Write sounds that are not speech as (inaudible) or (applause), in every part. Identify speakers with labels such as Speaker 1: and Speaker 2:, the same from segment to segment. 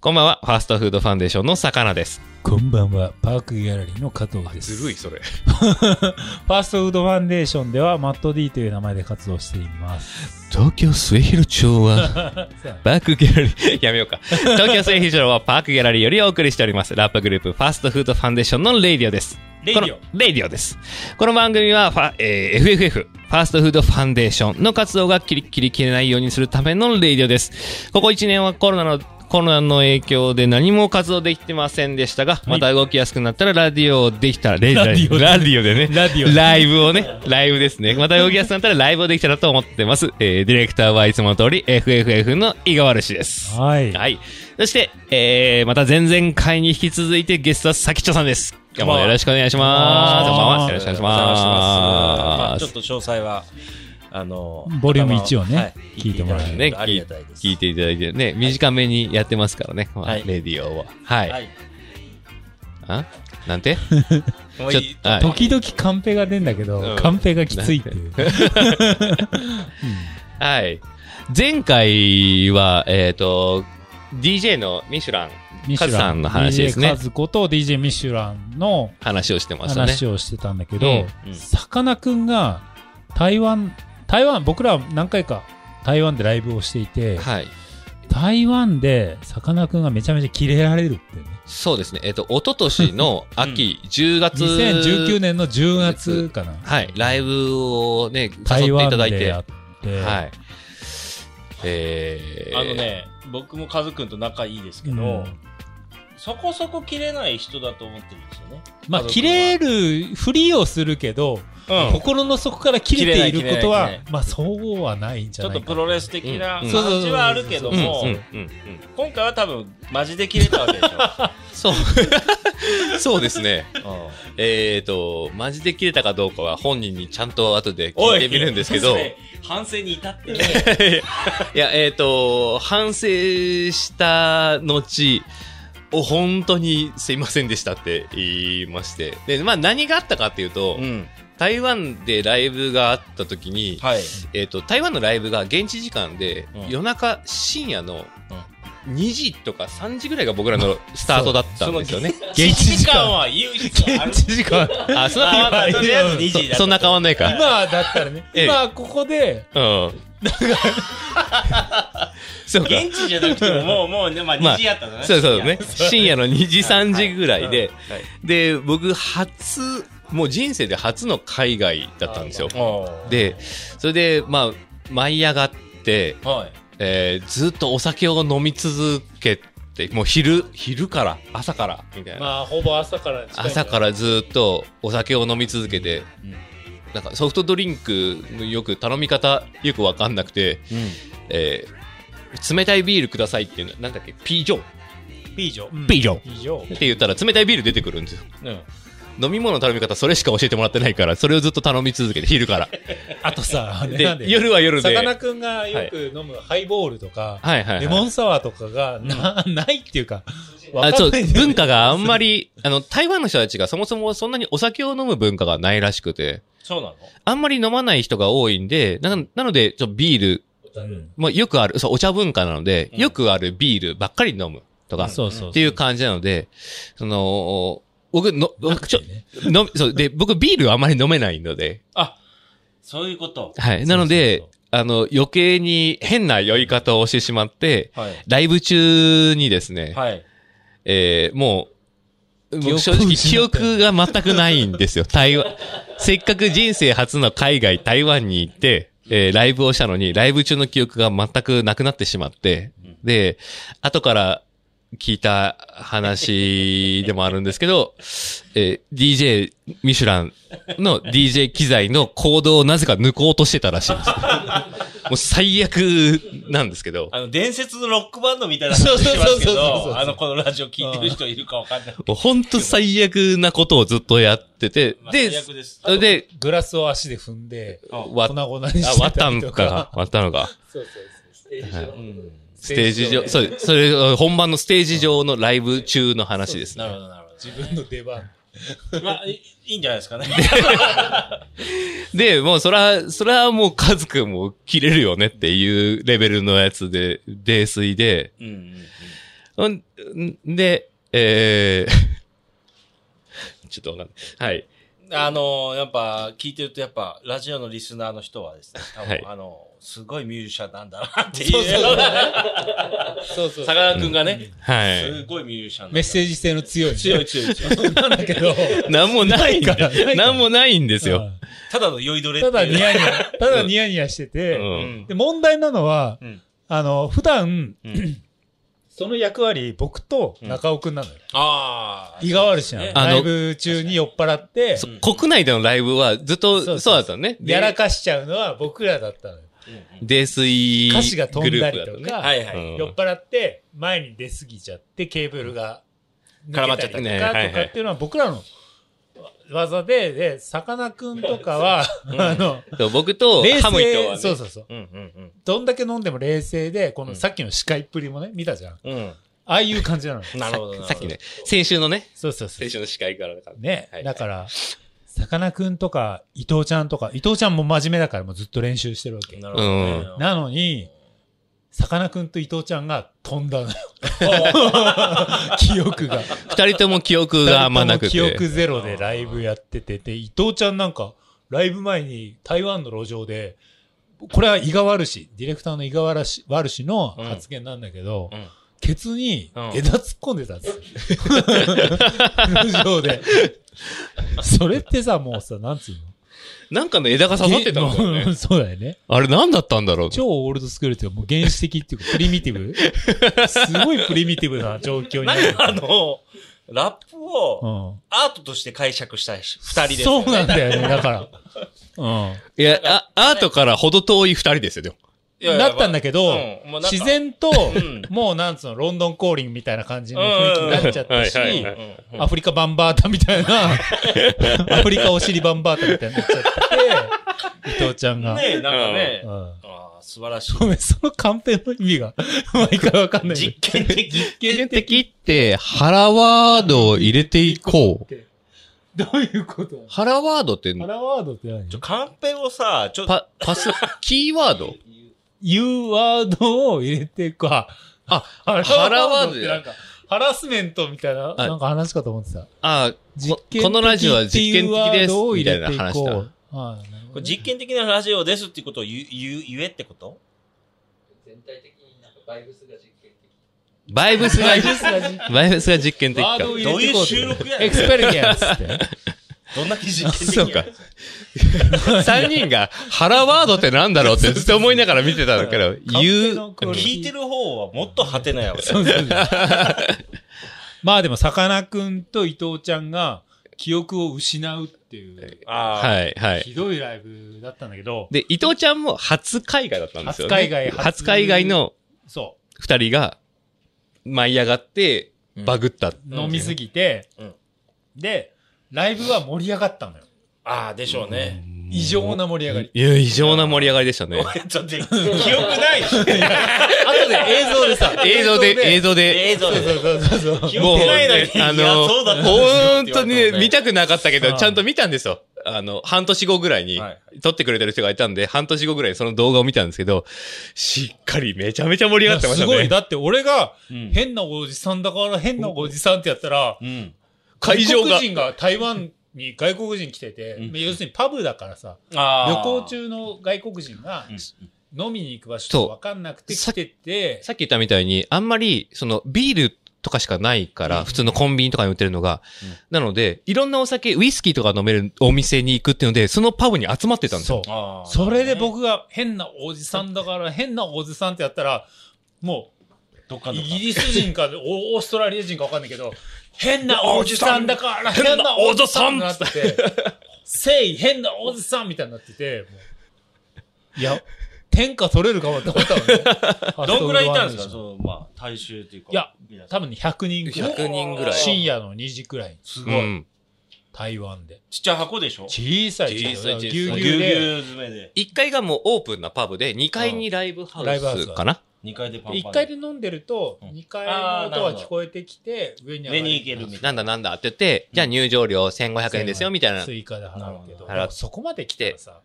Speaker 1: こんばんは、ファーストフードファンデーションの魚です。
Speaker 2: こんばんは、パークギャラリーの加藤です。
Speaker 1: ずるい、それ。
Speaker 2: ファーストフードファンデーションでは、マット D という名前で活動しています。
Speaker 1: 東京末広町は、
Speaker 2: そうや
Speaker 1: (laughs)
Speaker 2: な
Speaker 1: パークギャラリー、やめようか。東京末広町はパークギャラリーよりお送りしております。ラップグループ、ファーストフードファンデーションのレイディオです。
Speaker 2: レイディオ
Speaker 1: このレイディオです。この番組はファ、えー FFF、ファーストフードファンデーションの活動がキリッキリ切れないようにするためのレイディオです。ここ1年はコロナのコロナの影響で何も活動できてませんでしたが、また動きやすくなったらラディオできたら、レイ
Speaker 2: ラディオ
Speaker 1: ラディオでね。
Speaker 2: ラディオ
Speaker 1: ライブをね、ライブですね。また動きやすくなったらライブをできたらと思ってます。えー、ディレクターはいつもの通り FFF の井川るしです。
Speaker 2: はい。
Speaker 1: はい。そして、えー、また前々回に引き続いてゲストはさきちょさんです。今日もよろしくお願いします。こ
Speaker 2: こん
Speaker 1: ん
Speaker 2: ば
Speaker 1: ば
Speaker 2: ん
Speaker 1: ん
Speaker 2: は
Speaker 1: は。よろしくお願いし
Speaker 3: ま
Speaker 1: ます
Speaker 3: ちょっ。と詳細は、あの、
Speaker 2: ボリューム1
Speaker 3: 頭
Speaker 2: をね
Speaker 3: はい
Speaker 2: 聞いてもらえる
Speaker 1: ね、
Speaker 3: 聞いありがたいです。
Speaker 1: 聞いていただいてね、短めにやってますからね、まあ
Speaker 3: はい
Speaker 1: レディオは。はい。
Speaker 3: はい。
Speaker 1: あなんて
Speaker 3: もう
Speaker 1: ちょ
Speaker 3: いい
Speaker 1: はい
Speaker 2: 時々カンペが出んだけど、
Speaker 1: うん
Speaker 2: カンペがきついっていう。
Speaker 1: はい。前回は、えっ、と、DJ のミシュラン、カズさんの話です
Speaker 2: DJ
Speaker 1: ね
Speaker 2: カ。ズこと DJ ミシュランの
Speaker 1: 話をしてましたね。
Speaker 2: 話をしてたんだけど
Speaker 1: うんう、ん
Speaker 2: さかなクンが台湾、台湾、僕ら何回か台湾でライブをしていて、
Speaker 1: はい。
Speaker 2: 台湾でさかなクンがめちゃめちゃキレられるってね。
Speaker 1: そうですね。えっ、と、一昨年の秋、10月。
Speaker 2: 2019。年の10月かな。
Speaker 1: はい。ライブをね、誘って
Speaker 2: 台
Speaker 1: い
Speaker 2: 湾
Speaker 1: ただい
Speaker 2: で
Speaker 1: て。
Speaker 2: やっ
Speaker 1: は
Speaker 2: て、
Speaker 1: い。えー、
Speaker 3: あの。ね、僕もカズくんと仲いいですけ
Speaker 2: う
Speaker 3: ど、
Speaker 2: ん
Speaker 3: そこそこ切れない人だと思ってるんですよね。
Speaker 2: まあ、
Speaker 3: 家族は
Speaker 2: キレるふりをするけど、
Speaker 3: うん。
Speaker 2: 心の底から切れていること
Speaker 3: 切れない切れな
Speaker 2: はい
Speaker 3: 切れな、い
Speaker 2: まあ、そうはないんじ
Speaker 3: ち
Speaker 2: ゃ
Speaker 3: ょっ
Speaker 2: ない
Speaker 3: と
Speaker 2: か
Speaker 3: プロレス的な
Speaker 1: うん
Speaker 2: そうそうそう
Speaker 3: 感じはあるけど
Speaker 1: うん、うん
Speaker 3: も、、
Speaker 1: うん。
Speaker 3: 今回は多分、マジで切れたわけでし
Speaker 1: そう。 (laughs) そうですね。
Speaker 3: ょ。うん
Speaker 1: えーと、マジで切れたかどうかは本人にちゃんと後で聞いてみるんですけど、
Speaker 3: そ
Speaker 1: い
Speaker 3: れ反省に至ってね。
Speaker 1: や、えーと、反省した後、お本当にすいませんでしたって言いまして。で、まあ何があったかっていうと、
Speaker 3: うん。
Speaker 1: 台湾でライブがあった時に、
Speaker 3: はい。
Speaker 1: えーと、台湾のライブが現地時間で、
Speaker 3: うん
Speaker 1: 夜中深夜の2時とか3時ぐらいが僕らのスタートだったんですよね。
Speaker 2: 現地時間
Speaker 3: は唯一ある。
Speaker 2: 時間。
Speaker 1: あ、そんな
Speaker 3: まあまあとりあえず2時だった
Speaker 1: そそんな変わんないか。
Speaker 2: 今だったらね、
Speaker 1: ええ
Speaker 2: 今ここで、
Speaker 1: うん。そうか。
Speaker 3: 現地じゃなくても、もう、もうね、まあ、
Speaker 1: まあ
Speaker 3: 2時やったのね。
Speaker 1: そうそうね。深夜の2時、3時ぐらいで、
Speaker 3: はい。
Speaker 1: で、僕、初、もう人生で初の海外だったんですよ。
Speaker 3: はい、
Speaker 1: で、それで、まあ、舞い上がって、
Speaker 3: はい。
Speaker 1: えーずっとお酒を飲み続けて、もう昼、昼から、朝から、みたいな。
Speaker 2: まあ、ほぼ朝から近い。
Speaker 1: 朝かららずっとお酒を飲み続けて、
Speaker 3: うん
Speaker 1: なんかソフトドリンクのよく頼み方よくわかんなくて、えー冷たいビールくださいっていうのなんだっけピージョンっ
Speaker 3: ピージョ。
Speaker 2: うん
Speaker 1: ビジョン
Speaker 2: 以上。
Speaker 1: て言ったら冷たいビール出てくるんですよ
Speaker 3: うん。
Speaker 1: 飲み物の頼み方それしか教えてもらってないからそれをずっと頼み続けて昼から
Speaker 2: あとさ、なん
Speaker 1: で夜は夜で
Speaker 2: さかなクンがよく飲むハイボールとか、
Speaker 1: はいはい、はい、
Speaker 2: レモンサワーとかがな,、ないっていうか、わ
Speaker 1: あ
Speaker 2: か
Speaker 1: そ
Speaker 2: ん
Speaker 1: う
Speaker 2: ないんだよね
Speaker 1: 文化があんまり (laughs) あの台湾の人たちがそもそもそんなにお酒を飲む文化がないらしくて
Speaker 3: そうなの
Speaker 1: あんまり飲まない人が多いんでななのでちょっとビール
Speaker 2: うん
Speaker 1: まあ、よくある、そう、お茶文化なので、
Speaker 3: うん
Speaker 1: よくあるビールばっかり飲むとか、
Speaker 2: そうそうそう
Speaker 1: っていう感じなので、その、僕の、僕ちょ、
Speaker 2: ね
Speaker 1: 飲みそう、で、僕ビールあまり飲めないので、
Speaker 3: あ、そういうこと。
Speaker 1: はい。なので、
Speaker 3: そう
Speaker 1: あの、余計に変な酔い方をしてしまって、
Speaker 3: はい。
Speaker 1: ライブ中にですね、
Speaker 3: はい。
Speaker 1: えーもう、僕正
Speaker 2: 記憶を
Speaker 1: 直記
Speaker 2: 失った
Speaker 1: 憶が全くないんですよ。台湾。せっかく人生初の海外、台湾に行って、えーライブをしたのに、ライブ中の記憶が全くなくなってしまって、で、後から聞いた話でもあるんですけど、えー DJ ミシュランの DJ 機材の行動をなぜか抜こうとしてたらしいんです。もう最悪なんですけど。
Speaker 3: あの、伝説のロックバンドみたいな話をしてますけ
Speaker 2: そうそうそうそうそう
Speaker 3: ど、あの、このラジオ聞いてる人いるかわかんない。
Speaker 1: もうほんと最悪なことをずっとやってて、
Speaker 3: まあ
Speaker 1: で、
Speaker 3: 最悪です
Speaker 1: それで、
Speaker 2: グラスを足で踏んで、
Speaker 3: うん
Speaker 1: わ
Speaker 2: 粉々に
Speaker 1: あ
Speaker 2: し (laughs)
Speaker 1: 割って
Speaker 2: た
Speaker 1: た
Speaker 2: り
Speaker 1: ん
Speaker 2: と
Speaker 1: か
Speaker 2: か。、
Speaker 1: 割ったのか。
Speaker 2: そうそうそう
Speaker 3: うん。
Speaker 1: ステージ上、そう、それ、本番のステージ上のライブ中の話です
Speaker 3: なる
Speaker 1: ね。
Speaker 3: ほど、なるほ
Speaker 2: 自分の出番。
Speaker 3: ど。まあ、いいいんじゃないですかね。
Speaker 1: で、もうそら、そらもうカズくんも切れるよねっていうレベルのやつで、泥酔で、
Speaker 3: うんうんうん。
Speaker 1: うん、んで、えー (laughs) ちょっとわかんない。はい。
Speaker 3: あの、やっぱ、聞いてると、やっぱ、ラジオのリスナーの人はですね、多分、
Speaker 1: はい
Speaker 3: あの、すごいミュージシャンなんだなっていう。そうそう。坂田くんがね、
Speaker 1: はい。
Speaker 3: すごいミュージシャンなんだ
Speaker 2: メッセージ性の強い。
Speaker 3: 強い強い強い。
Speaker 2: なんだけど、
Speaker 1: なんもないん
Speaker 2: ないからない
Speaker 1: で、
Speaker 2: から
Speaker 1: なんもないんです
Speaker 2: う
Speaker 1: よ。
Speaker 2: ん
Speaker 3: ただの酔いどれってい
Speaker 2: た
Speaker 3: う
Speaker 2: だニヤニヤ、ただニヤニヤして
Speaker 1: う。
Speaker 2: て、
Speaker 3: うんん
Speaker 2: で、問題なのは、
Speaker 3: うん
Speaker 2: あの、普段、
Speaker 3: うん
Speaker 2: その役割、僕と中尾くんなのよ。
Speaker 3: ああ。
Speaker 2: 胃が悪いしな
Speaker 3: そうですね
Speaker 1: あの
Speaker 2: ライブ中に酔っ払って、
Speaker 1: そ
Speaker 3: うん
Speaker 1: 国内でのライブはずっ
Speaker 2: そうそ
Speaker 1: と
Speaker 2: う
Speaker 1: そうだったのね。で
Speaker 2: やらかしちゃうのは僕らだったのよ。
Speaker 3: うん
Speaker 1: 泥酔
Speaker 2: 歌詞が飛
Speaker 1: グ
Speaker 2: ん
Speaker 1: ル
Speaker 2: だ
Speaker 1: ープだ
Speaker 2: り
Speaker 1: った
Speaker 2: と
Speaker 1: ね。
Speaker 2: か、
Speaker 3: はいはい。
Speaker 1: うん
Speaker 2: 酔っ払って前に出過ぎちゃってケーブルが
Speaker 3: 絡ま
Speaker 2: 抜
Speaker 3: っち
Speaker 2: け
Speaker 3: ゃったた
Speaker 2: り
Speaker 1: ね
Speaker 2: とか
Speaker 1: はいはい
Speaker 2: とかっていうのは僕らの技で、で、さかなクンとかは、 (laughs) あの、
Speaker 1: そう僕と
Speaker 2: 冷
Speaker 1: ハムイとは
Speaker 2: 静、
Speaker 1: ね
Speaker 2: そうそうそう。
Speaker 3: うんうん
Speaker 2: どんだけ飲んでも冷静で、こ
Speaker 3: う
Speaker 2: の
Speaker 3: ん
Speaker 2: さっきの司会っぷりもね、見たじゃん。あ
Speaker 3: うん。う
Speaker 2: あいう感じなの。
Speaker 3: ん。なるほどなるほど。
Speaker 1: さっきね、先週のね、
Speaker 2: そうそうそう
Speaker 1: 先。週の司会からだから
Speaker 2: ね、
Speaker 1: はい
Speaker 2: だから、さかなクンとか、伊藤ちゃんとか、伊藤ちゃんも真面目だからもうずっと練習してるわけ。
Speaker 3: なるほどね。
Speaker 2: なのに、さかなクンと伊藤ちゃんが飛んだのよ。 (laughs) 記憶が。
Speaker 1: 二人とも記憶があんまなく
Speaker 2: 二人とも記憶
Speaker 1: て。
Speaker 2: ゼロでライブやってて、で、伊藤ちゃんなんか、ライブ前に台湾の路上で、これは伊賀悪し、ディレクターの伊賀悪し悪しの発言なんだけど、
Speaker 3: うんうん
Speaker 2: ケツに
Speaker 3: うん
Speaker 2: 枝突っ込んでたんですよ。
Speaker 1: (laughs)
Speaker 2: 路上で。それってさ、もうさ、なんつうの
Speaker 1: なんかの枝が刺さってたんだよ
Speaker 2: も
Speaker 1: ね。
Speaker 2: うそうだよね。
Speaker 1: あれ何だったんだろう
Speaker 2: 超オールドスクールっていうか、もう原始的っていうか、プリミティブすごいプリミティブな状況に
Speaker 1: (laughs)
Speaker 2: なる。
Speaker 3: なんかあの、ラップ
Speaker 2: う
Speaker 3: を
Speaker 2: ん。
Speaker 3: アートとして解釈した人二人です
Speaker 2: そ
Speaker 3: よ
Speaker 2: う
Speaker 3: ね。
Speaker 2: なんだよね、だから。うん。
Speaker 1: いや、あ、アートからほど遠い二人ですよ、でも。
Speaker 3: いやいや
Speaker 2: なったんだけど、
Speaker 3: うんまあなんか
Speaker 2: 自然と、
Speaker 3: ん
Speaker 2: もうなんつうの、ロンドンコーリングみたいな感じの雰囲気になっちゃったし、
Speaker 1: うんうんうんはいはい
Speaker 3: うん
Speaker 2: アフリカバンバータみたい
Speaker 1: (laughs)
Speaker 2: な、アフリカお尻バンバータみたいになっちゃって、伊藤ちゃんが。
Speaker 3: ねえ、なんかね
Speaker 2: う。ん
Speaker 3: ああ、素晴らしい。
Speaker 2: ごめん、そのカンペの意味が、 (laughs) 毎回わかんないけど。
Speaker 3: 実験的。
Speaker 1: 原的って、腹ワードを入れていこう。
Speaker 2: どういうこと
Speaker 1: 腹ワードって、
Speaker 2: パラワードって何
Speaker 3: ちょ、カンペをさ、ちょっと、
Speaker 1: パ、パス、キーワード
Speaker 2: ?U ワードを入れていくか。あ、ハ
Speaker 1: ラ
Speaker 2: ラ
Speaker 1: ワ
Speaker 2: ワ
Speaker 1: ー
Speaker 2: ー
Speaker 1: ド
Speaker 2: ド
Speaker 1: じ
Speaker 2: って
Speaker 1: ゃん
Speaker 2: なんか、ハラスメントみたいな、なんか話かと思ってた。
Speaker 1: あ
Speaker 2: 実験的
Speaker 1: このラジオは実験的です
Speaker 2: っていうワードを入れていこう
Speaker 1: みたいな話
Speaker 2: はいなるほ
Speaker 3: こ
Speaker 2: ど
Speaker 3: れ
Speaker 2: ね
Speaker 3: 実験的なラジオですっていうことを言う、言う、言えってこと
Speaker 4: 全体的になんかバイブスが実験的。
Speaker 1: バイブス
Speaker 2: (laughs)
Speaker 1: が、バイブスが実験的
Speaker 2: ワ
Speaker 1: か
Speaker 2: ー。ドを入れ
Speaker 3: どう
Speaker 2: て
Speaker 3: い
Speaker 2: いこ
Speaker 3: う
Speaker 2: うって
Speaker 3: 収録やね
Speaker 2: エ
Speaker 3: ん
Speaker 2: ク。スペリエンスって。
Speaker 3: どんだけ実験的
Speaker 1: そうか。三人が腹ワードってなんだろうってずっと思いながら見てたんだけど、言う、
Speaker 3: 聞いてる方はもっと果てないわ。
Speaker 2: そうそうそうまあでも、さかなクンと伊藤ちゃんが記憶を失うっていう、
Speaker 3: あ
Speaker 1: はい、はい。
Speaker 2: ひどいライブだったんだけど、
Speaker 1: で、伊藤ちゃんも初海外だったんですよね。
Speaker 2: 初海外初
Speaker 1: 初海外の
Speaker 2: そ
Speaker 1: 二人が舞い上がって、
Speaker 3: うん
Speaker 1: バグった。
Speaker 2: う、飲みすぎて
Speaker 3: うん、
Speaker 2: で、ライブは盛り上がったのよ。
Speaker 3: あ、ああ、でしょうね。
Speaker 2: 異常な盛り上がり。
Speaker 1: いや、異常な盛り上がりでした
Speaker 2: (laughs)
Speaker 1: ね。
Speaker 3: ちょっと、記憶ないし。
Speaker 2: 後で映像でさ、
Speaker 1: 映像で、映像で。
Speaker 3: 映像で。
Speaker 2: そうそうそうそう。
Speaker 3: 記憶ないのに、
Speaker 1: ねあ
Speaker 3: いやそうだった
Speaker 1: の、本
Speaker 3: んですよって言わ
Speaker 1: 当
Speaker 3: れ
Speaker 1: に
Speaker 3: て
Speaker 1: ね
Speaker 3: もね
Speaker 1: 見たくなかったけ
Speaker 2: う
Speaker 1: ど、
Speaker 2: ん
Speaker 1: ちゃんと見たんですよ。あの、半年後ぐらいに
Speaker 3: はい、
Speaker 1: 撮ってくれてる人がいたんで、半年後ぐらいにその動画を見たんですけど、しっかりめちゃめちゃ盛り上がってまし
Speaker 2: す
Speaker 1: た
Speaker 2: ごい。
Speaker 1: ね。
Speaker 2: だって俺が、
Speaker 3: うん
Speaker 2: 変なおじさんだから変なおじさんってやったら、
Speaker 3: うん。
Speaker 1: 会場が
Speaker 2: 外国人が台湾に外国人来てて、
Speaker 3: うん
Speaker 2: 要するにパブだからさ、
Speaker 3: あ
Speaker 2: 旅
Speaker 3: あ
Speaker 2: 行。中の外国人が
Speaker 3: うん
Speaker 2: 飲みに行く場所が分かんなくて
Speaker 1: そ
Speaker 2: 来
Speaker 1: う
Speaker 2: てて、
Speaker 1: さっき言ったみたいに、あんまり、その、ビールとかしかないから、普通のコンビニとかに売ってるのが、
Speaker 3: うん
Speaker 1: なので、いろんなお酒、ウイスキーとか飲めるお店に行くっていうので、そのパブに集まってたんですよ。
Speaker 2: そう。
Speaker 3: ああ。
Speaker 2: それで、僕が変なおじさんだから変なおじさんってやったら、も
Speaker 3: どっか
Speaker 2: う
Speaker 3: の。
Speaker 2: イギリス人かオーストラリア人か分かんないけど、変なおじさんだから変なおじさんってなってて、せい変なおじさんみたいになってて、もういや、天下取れるかもって思ったのね
Speaker 3: どんぐらいいたんですかその、まあ、大衆っていうか。
Speaker 2: いや
Speaker 3: 皆さん、
Speaker 2: 多分ね100人くらい。
Speaker 1: 100人ぐらい
Speaker 2: 深夜の2時くらいに、
Speaker 3: す
Speaker 1: う
Speaker 3: ごい。
Speaker 1: ん。
Speaker 2: 台湾で。
Speaker 3: ちっちゃい箱でしょ
Speaker 2: 小さいけど
Speaker 1: 小さい小さい
Speaker 2: ぎゅう
Speaker 3: ぎ
Speaker 2: ぎゅう
Speaker 3: ゅうぎゅ
Speaker 2: で。
Speaker 3: う詰めで。
Speaker 1: 1階がもうオープンなパブで、2階にライブハ
Speaker 2: ライブハ
Speaker 1: ウ
Speaker 2: ウ
Speaker 1: ス
Speaker 2: ス
Speaker 1: かな。
Speaker 3: 二階でパンパン。
Speaker 2: 1階で飲んでると、
Speaker 3: うん
Speaker 2: 2階の音は聞こえてきて、上に上が
Speaker 3: 上に行けるみたい
Speaker 1: なんだなんだって言って、じゃあ入場料1500円ですよ、みたいな。
Speaker 2: 追加で払うけど、
Speaker 1: なるほど
Speaker 2: でもそこまで来てさ、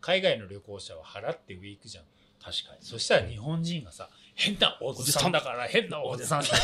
Speaker 2: 海外の旅行者は払って上行くじゃん。
Speaker 3: な。確かに。
Speaker 2: そしたら日本人がさ、変なおじさんだから、変なおじさんだか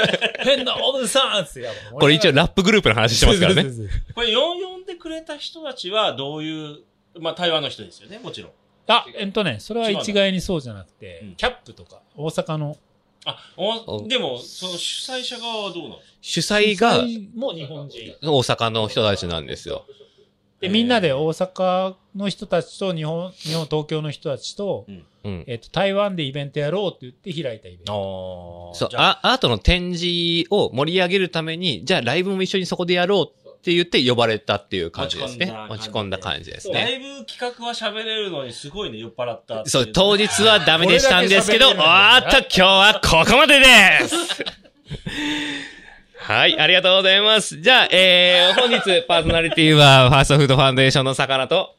Speaker 2: ら、変なおじさんっつってやばい
Speaker 1: (laughs) これ一応ラップグループの話してますからね。
Speaker 2: そうそうそうそう
Speaker 3: これ4呼んでくれた人たちはどういう、まあ台湾の人ですよね、もちろん。
Speaker 5: あ、えっとね、それは一概にそうじゃなく
Speaker 3: 違う
Speaker 5: て
Speaker 3: の、
Speaker 5: キャップとか、大阪の、
Speaker 3: あ、お
Speaker 1: お
Speaker 3: でも、その主催者側はどうなの
Speaker 1: 主催が
Speaker 2: もう日本人。
Speaker 1: 大阪の人たちなんですよ。
Speaker 5: で、みんなで大阪の人たちと、日本、日本、東京の人たちと、
Speaker 1: うん。
Speaker 5: えっと、台湾でイベントやろうって言って開いたイベント。
Speaker 3: あ
Speaker 1: そう、
Speaker 3: じゃあ、
Speaker 1: あアートの展示を盛り上げるために、じゃあライブも一緒にそこでやろうって言って呼ばれたっていう感じですね。
Speaker 3: 持
Speaker 1: 持
Speaker 3: ち
Speaker 1: ち
Speaker 3: 込
Speaker 1: 込
Speaker 3: ん
Speaker 1: ん
Speaker 3: だ
Speaker 1: だ
Speaker 3: 感
Speaker 1: 感じです
Speaker 3: ラ
Speaker 1: ね。
Speaker 3: イブ企画は喋れるのにすごいね、酔っ払ったってい
Speaker 1: そう、当日はダメでしたんですけど、
Speaker 5: これだ
Speaker 1: あ
Speaker 5: け
Speaker 1: ーっと、今日はここまでですはい、ありがとうございます。じゃあ、えー、本日パーソナリティは、ファーストフードファンデーションの魚と、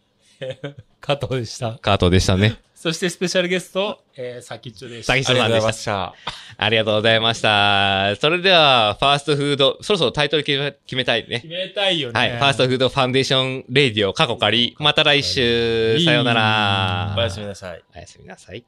Speaker 5: 加藤でした。
Speaker 1: カートでした
Speaker 3: (laughs)
Speaker 1: ね。
Speaker 5: そしてスペシャルゲスト、えー、さきっちょでした。
Speaker 1: 先下さんでした。
Speaker 6: した。
Speaker 1: ありがとうございました。それでは、ファーストフード、そろそろタイトル決め決めたいね
Speaker 5: 決。めたいよね。
Speaker 1: はい。ファーストフードファンデーションレディオ過去借り。また来週。さようなら。
Speaker 3: おやすみなさい。
Speaker 1: おやすみなさい。